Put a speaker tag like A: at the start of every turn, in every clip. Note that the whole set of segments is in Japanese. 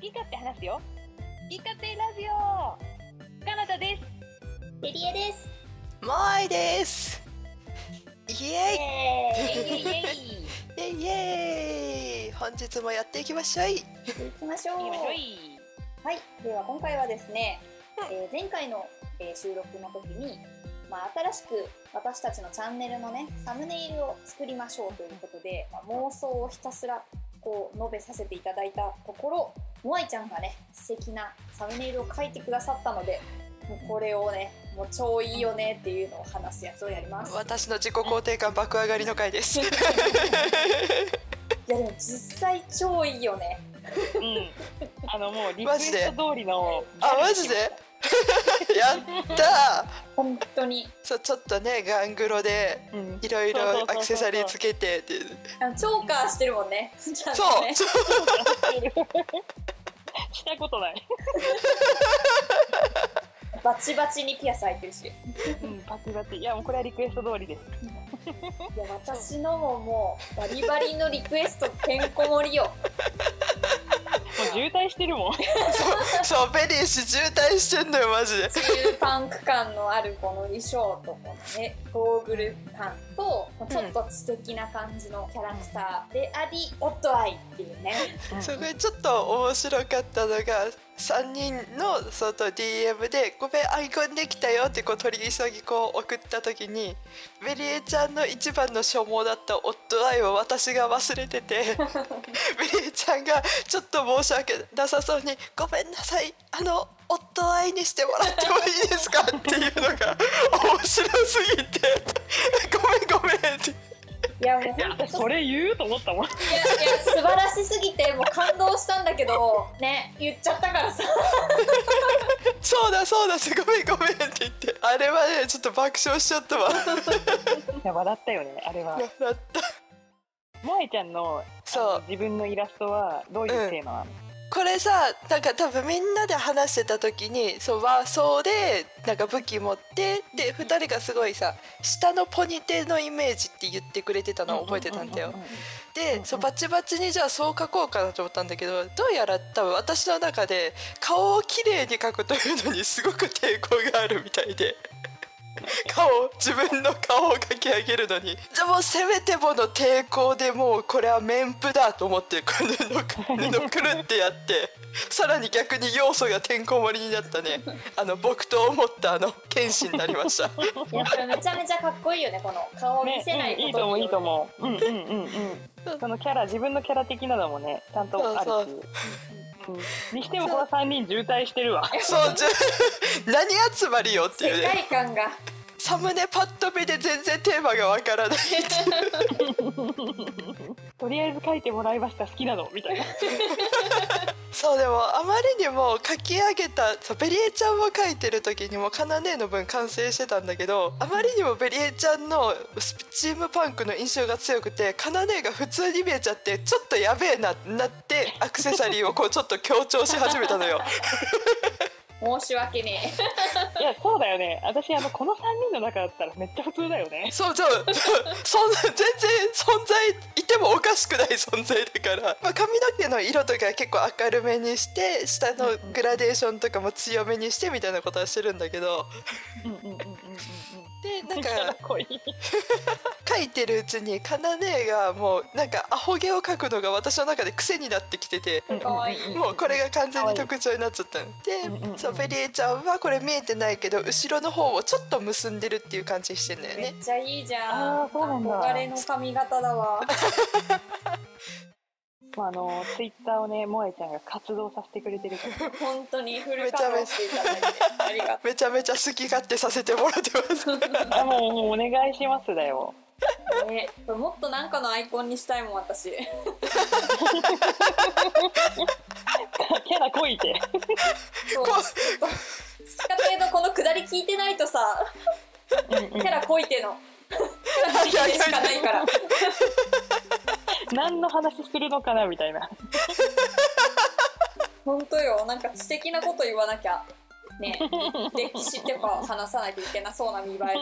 A: き勝手話すよ。好き勝手ラジオ。カナダです。
B: テリエです。
C: マイです。イ
B: イ
C: エ
B: エ
A: イエ
B: ー
A: イイ
B: イ。
A: エイ。
C: ーイ、イエーイ。本日もやっていきましょい。
B: 行きましょう。
A: いいよ
B: はいい。
A: い。
B: では今回はですね、
C: は
B: えー前回の、えー収録の時に、まあ新しく私たちのチャンネルのねサムネイルを作りましょうということで、まあ妄想をひたすらこう述べさせていただいたところ、モアイちゃんがね素敵なサムネイルを書いてくださったので、もうこれをねもう超いいよねっていうのを話すやつをやります。
C: 私の自己肯定感爆上がりの回 です。
B: いやでも実際超いいよね。
A: うん。あのもうリクエ
C: マジで
A: スト通りの。
C: あ、マジで。 やったー。
B: 本当に。
C: そう、ちょっとね、ガングロで。
A: うん。
C: いろい
A: そうそうそう
C: ろ
A: そう
C: アクセサリーつけてっていう。
B: あのチョーカーしてるもんね。
C: そう、
B: ち
C: そ
B: ゃんとね
C: う
A: したことない。
B: バチバチにピアス開いてるし。い
A: うん。バチバチ。いやもうこれはリクエスト通りです。
B: や、私のももう、バリバリのリクエストてんこ盛りよ。
A: もう渋滞してるもん。
C: そう、そう、ペリー氏渋滞してんのよ、マジで。
B: 中パンク感のあるこの衣装とこのね、ゴーグル感と、ちょっと知的な感じのキャラクターであり、オットアイっていうね。
C: そこでちょっと面白かったのが3人のその DM で「ごめんアイコンできたよ」ってこう取り急ぎこう送った時にベリエちゃんの一番の所望だった夫愛を私が忘れててベリエちゃんがちょっと申し訳なさそうに「ごめんなさいあの夫愛にしてもらってもいいですか?」っていうのが面白すぎて「ごめんごめん」って
B: いや、もう
A: いや
B: 本当
A: 私それ言うと思ったもん。
B: いや、いや、素晴らしすぎて、もう感動したんだけど、ね、言っちゃったからさ。
C: 「そうだそうだごめんごめん」って言ってあれはねちょっと爆笑しちゃったわ。
A: いや笑ったよねあれは。
C: だった
A: もえちゃんの
C: そう
A: 自分のイラストはどういうテーマなの？
C: これさなんか多分みんなで話してた時にそう和装でなんか武器持ってで2人がすごいさ下のポニテのイメージって言ってくれてたのを覚えてたんだよ
A: う。うう
C: でそうバチバチにじゃあそう描こうかなと思ったんだけどどうやら多分私の中で顔を綺麗に描くというのにすごく抵抗があるみたい で。顔自分の顔を描き上げるのにじゃあもうせめてもの抵抗でもうこれは面譜だと思ってこう 布布くるってやってさらに逆に要素がてんこ盛りになったねあの木刀を持ったあの剣士になりま した
B: いや、これめちゃめちゃかっこいいよね、この顔を見せない
A: ね
B: こ
A: う
B: と
A: ん
B: に
A: いい
B: よ
A: と
B: る
A: 思ういいと思う。うんうんうんうん。そのキャラ自分のキャラ的なのもねちゃんとあるし。うんにしてもこの三人渋滞してるわ。
C: そうじゃあ何集まりよっていう
B: 世
C: ね
B: 界観が
C: サムネパッと見で全然テーマがわからないっていう
A: とりあえず書いてもらいました好きなのみた いな。
C: そうでもあまりにも書き上げたそうベリエちゃんを書いてる時にもカナネの分完成してたんだけどあまりにもベリエちゃんのスチームパンクの印象が強くてカナネが普通に見えちゃってちょっとやべえななってアクセサリーをこうちょっと強調し始めたのよ。
B: 申し訳ね
A: い
B: え
A: やそうだよね。私あのこの三人の中だったらめっちゃ普通だよね。
C: そうそうそうそんな全然存在いてもおかしくない存在だから、まあ、髪の毛の色とか結構明るめにして下のグラデーションとかも強めにしてみたいなことはしてるんだけど
A: うんうんうんうんうんうん。
C: でなん
A: キ ャラ
C: か
A: 濃い。
C: 書いてるうちにカナネがもうなんかアホ毛を描くのが私の中で癖になってきてて。
B: かわいい
C: もうこれが完全に特徴になっちゃったの
A: うんうんうん
C: でそうベリエちゃんはこれ見えてないけど後ろの方をちょっと結んでるっていう感じしてんだよ
B: め
C: ね
B: っちゃいいじゃん
A: あーそうなんだ
B: 憧れの髪型だわ
A: まあ、あのツイッターをね萌えちゃんが活動させてくれてるから
B: 本当にフル稼働していただいてありがと
C: めちゃめちゃ好き勝手させてもらってます
A: あもうもうお願いしますだよ
B: うねこれもっとなんかのアイコンにしたいもん私
A: キャラ濃いって
B: そうちょ
C: こ
B: っ と好きかというとこのくだり聞いてないとさキャラこいてのキャラこいてしかないから
A: 何の話するのかなみたいな
B: 本当よなんか知的なこと言わなきゃね歴史とか話さないといけなそうな見栄えだ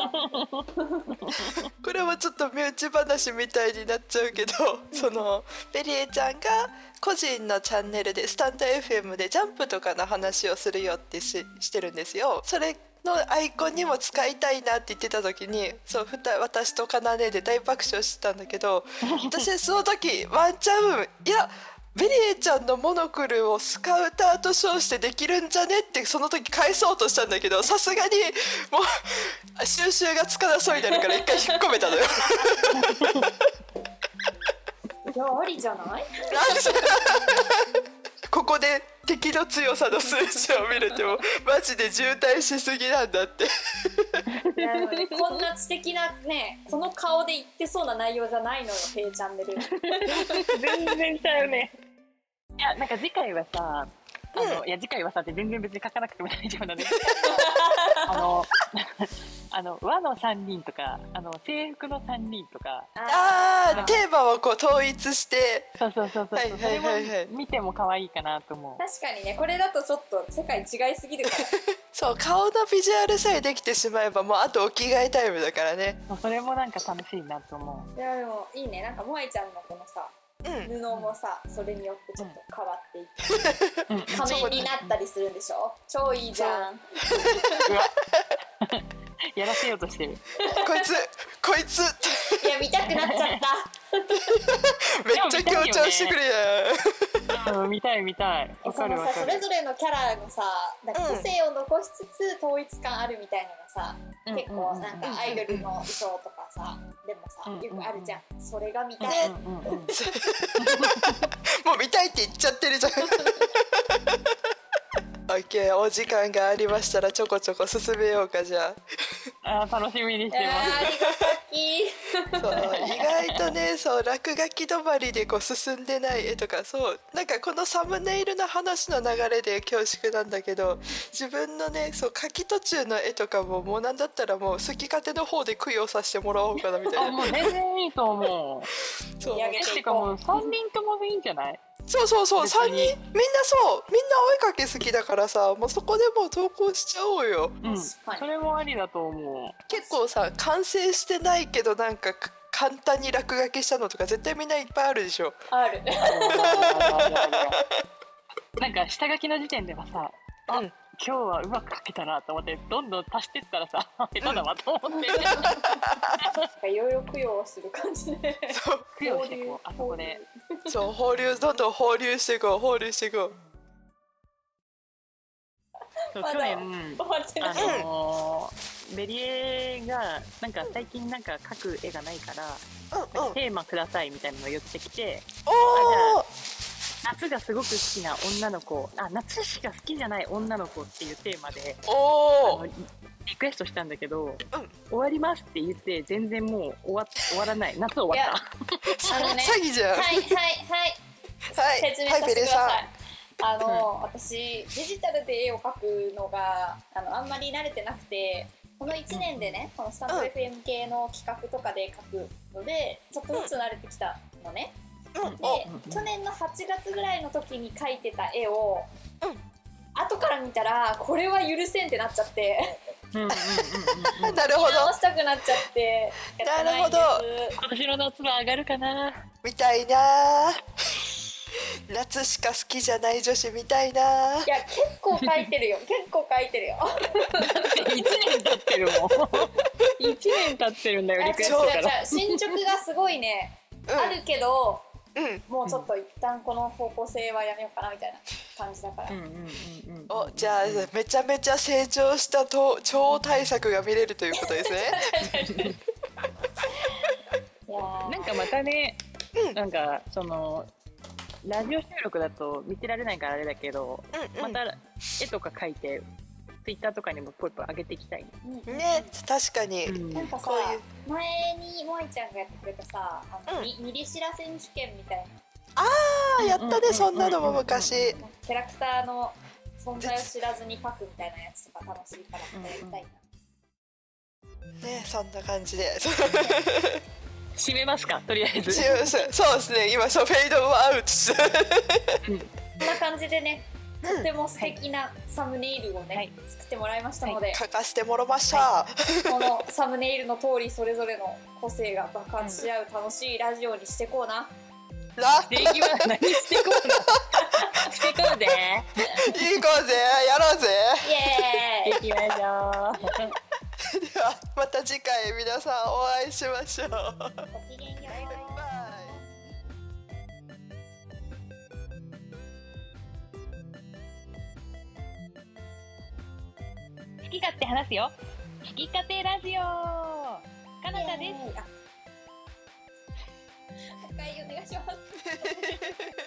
C: これはちょっと身内話みたいになっちゃうけどそのベリエちゃんが個人のチャンネルでスタンド FM でジャンプとかの話をするよってししてるんですよ。それのアイコンにも使いたいなって言ってた時にそうふた私とかなでで大爆笑してたんだけど私その時ワンチャンいやベリエちゃんのモノクルをスカウターと称してできるんじゃねってその時返そうとしたんだけどさすがにもう収集がつかなそうになるから一回引っ込めたのよ。
B: いやありじゃない
C: なんでここで敵の強さの数値を見れてもマジで渋滞しすぎなんだって
B: いやでもねこんな知的なねこの顔で言ってそうな内容じゃないのよペイチャンネ ル
A: 全然ちゃうね。いや、なんか次回はさ、あの、
C: う
A: いや、次回はさって全然別に書かなくても大丈夫なんですけど、あの、 あの、和の3人とか、あの、制服の3人とか、
C: あーテーマをこう統一して
A: そうそうそうそう、
C: はいはいはいはい
A: それも見ても可愛いかなと思う。
B: 確かにねこれだとちょっと世界違いすぎるから
C: そう顔のビジュアルさえできてしまえばもうあとお着替えタイムだからね
A: そうそれもなんか楽しいなと思う。
B: いやでもいいねなんか萌えちゃんのこのさ
C: うん
B: 布もさそれによってちょっと変わっていって
A: うん、う
B: 仮 面になったりするんでしょ超いいじゃん
A: わやらせようとしてる。
C: こいつこいつって
B: いや見たくなっちゃった
C: めっちゃ強調してくるやん
A: うん見たい見たい。わ
B: そ
A: かる
B: の
A: わ
B: さ
A: か
B: そ
A: る
B: れ。ぞれのキャラのさなんか個性を残しつつ統一感あるみたいなのがさ、
A: うん
B: 結構なんかアイドルの衣装とかさでもさ
A: うん
B: よくあるじゃんそれが見たい
C: ね
A: うんうんうんうん
C: もう見たいって言っちゃって るじゃんオッケーお時間がありましたらちょこちょこ進めようかじゃあ
A: あー楽しみにし
B: いや
A: て
B: ー
A: ます。
B: ありがたき
C: そう意外とねそう落書き止まりでこう進んでない絵とかそうなんかこのサムネイルの話の流れで恐縮なんだけど自分のねそう書き途中の絵とかももうなんだったらもう好き勝手の方で供養させてもらおうかなみた
A: あ
C: いな
A: もう全然いいと思う。
C: そう
B: 盛り上
A: え
B: げ
A: っていうかもう三人ともでいいんじゃない？
C: そうそうそう
A: 別
C: 3人みん
A: に
C: なそうみんなお絵かき好きだからさもうそこでもう投稿しちゃおうよ
A: うん。そ
B: 確かに
A: れもありだと思
C: 結構さ完成してないけどなんかか簡単に落書きしたのとか絶対みんないっぱいあるでし ょ
B: ある
A: う。あるあるあるあるなんか下書きの時点ではさ、あ
C: うん
A: 今日はうまく描けたなと思ってどんどん足してったらさ、 下手だわと思って。
B: なんかいろいろ供養する感じで
A: 供養してこうあそこで。
C: そう放流どんどん放流していこう放流していこう
A: そう
B: ま
A: 去
B: だ
A: 年。
B: 終わってな
A: あ
B: い
A: のーベリエがなんか最近なんか描く絵がないから、
C: うんうん
A: テーマくださいみたいなのを言ってきて
C: おお
A: 夏がすごく好きな女の子あ夏しか好きじゃない女の子っていうテーマであ
C: お
A: の
C: お
A: リリクエストしたんだけど、終わりますって言って全然もう終わ終わらない夏終わった
B: あのね
C: 詐欺じゃん
B: はい
C: はい
B: はいはい説明さ
C: は
B: せてく
C: いベレ
B: だ
C: さん
B: さい。あの、私デジタルで絵を描くのがあのあんまり慣れてなくてこの1年でねこのスタンド
C: うん
B: FM 系の企画とかで描くのでちょっとずつ慣れてきたのね。
C: うん
B: で去年の8月ぐらいの時に描いてた絵を、
C: うん
B: 後から見たらこれは許せんってなっちゃって
A: うんうんうんうんう
C: お
A: ん
C: なるほど
B: 直したくなっちゃってやっていんです
C: な
A: 今年の夏は上がるかな
C: みたいなー夏しか好きじゃない女子みたいなー
B: いや結構描いてる よ結構描いてるよ。
A: 1年経ってる もん1年経ってるんだよ
B: あ違う
A: リクエスト
B: 違
A: か
B: う違
A: ら
B: う進捗がすごいねあるけど
C: うんうん
B: もうちょっと一旦この方向性はやめようかなみたいな感じだから、
A: うんうんうんうん
C: おじゃあめちゃめちゃ成長したと超対策が見れるということですね
B: いやー
A: なんかまたね、
C: うん
A: なんかそのラジオ収録だと見てられないからあれだけど、
C: うん、う
A: ま
C: ん
A: た絵とか描いて、ツイッターとかにもポイポイ上げていきたいね。
B: うん
C: ね確かに、
A: うん
B: なんかさ
C: こういう
B: 前に萌ちゃんがやってくれたさあの、
C: うん
B: にミリ知らせ試験みたい
C: あやっ
A: うん
C: た
A: うんうんうん
C: ねそんなのも昔
B: なキャラクターの存在を知らずに書くみたいなやつとか楽しいからまたやりたいな、
C: ねそんな感じでそう
A: 締めますか、とりあえず。
C: そうですね今そうフェードアウトして
B: こんな感じでねとても素敵なサムネイルをね、
A: はい
B: 作ってもらいましたので、
C: 書かせてもらいました、
B: このサムネイルの通りそれぞれの個性が爆発し合う楽しいラジオにしてこうな。
C: な
A: できま何してこうのしてこうぜ
C: 行こうぜやろうぜ
B: イエーイ
A: できましょう
C: ではまた次回皆さんお会いしましょう
B: ごきげんよ
C: バイ
B: う。
C: バイ
A: 好き勝手話すよ好き勝手ラジオかなたです
B: す。あ、お会議お願いします。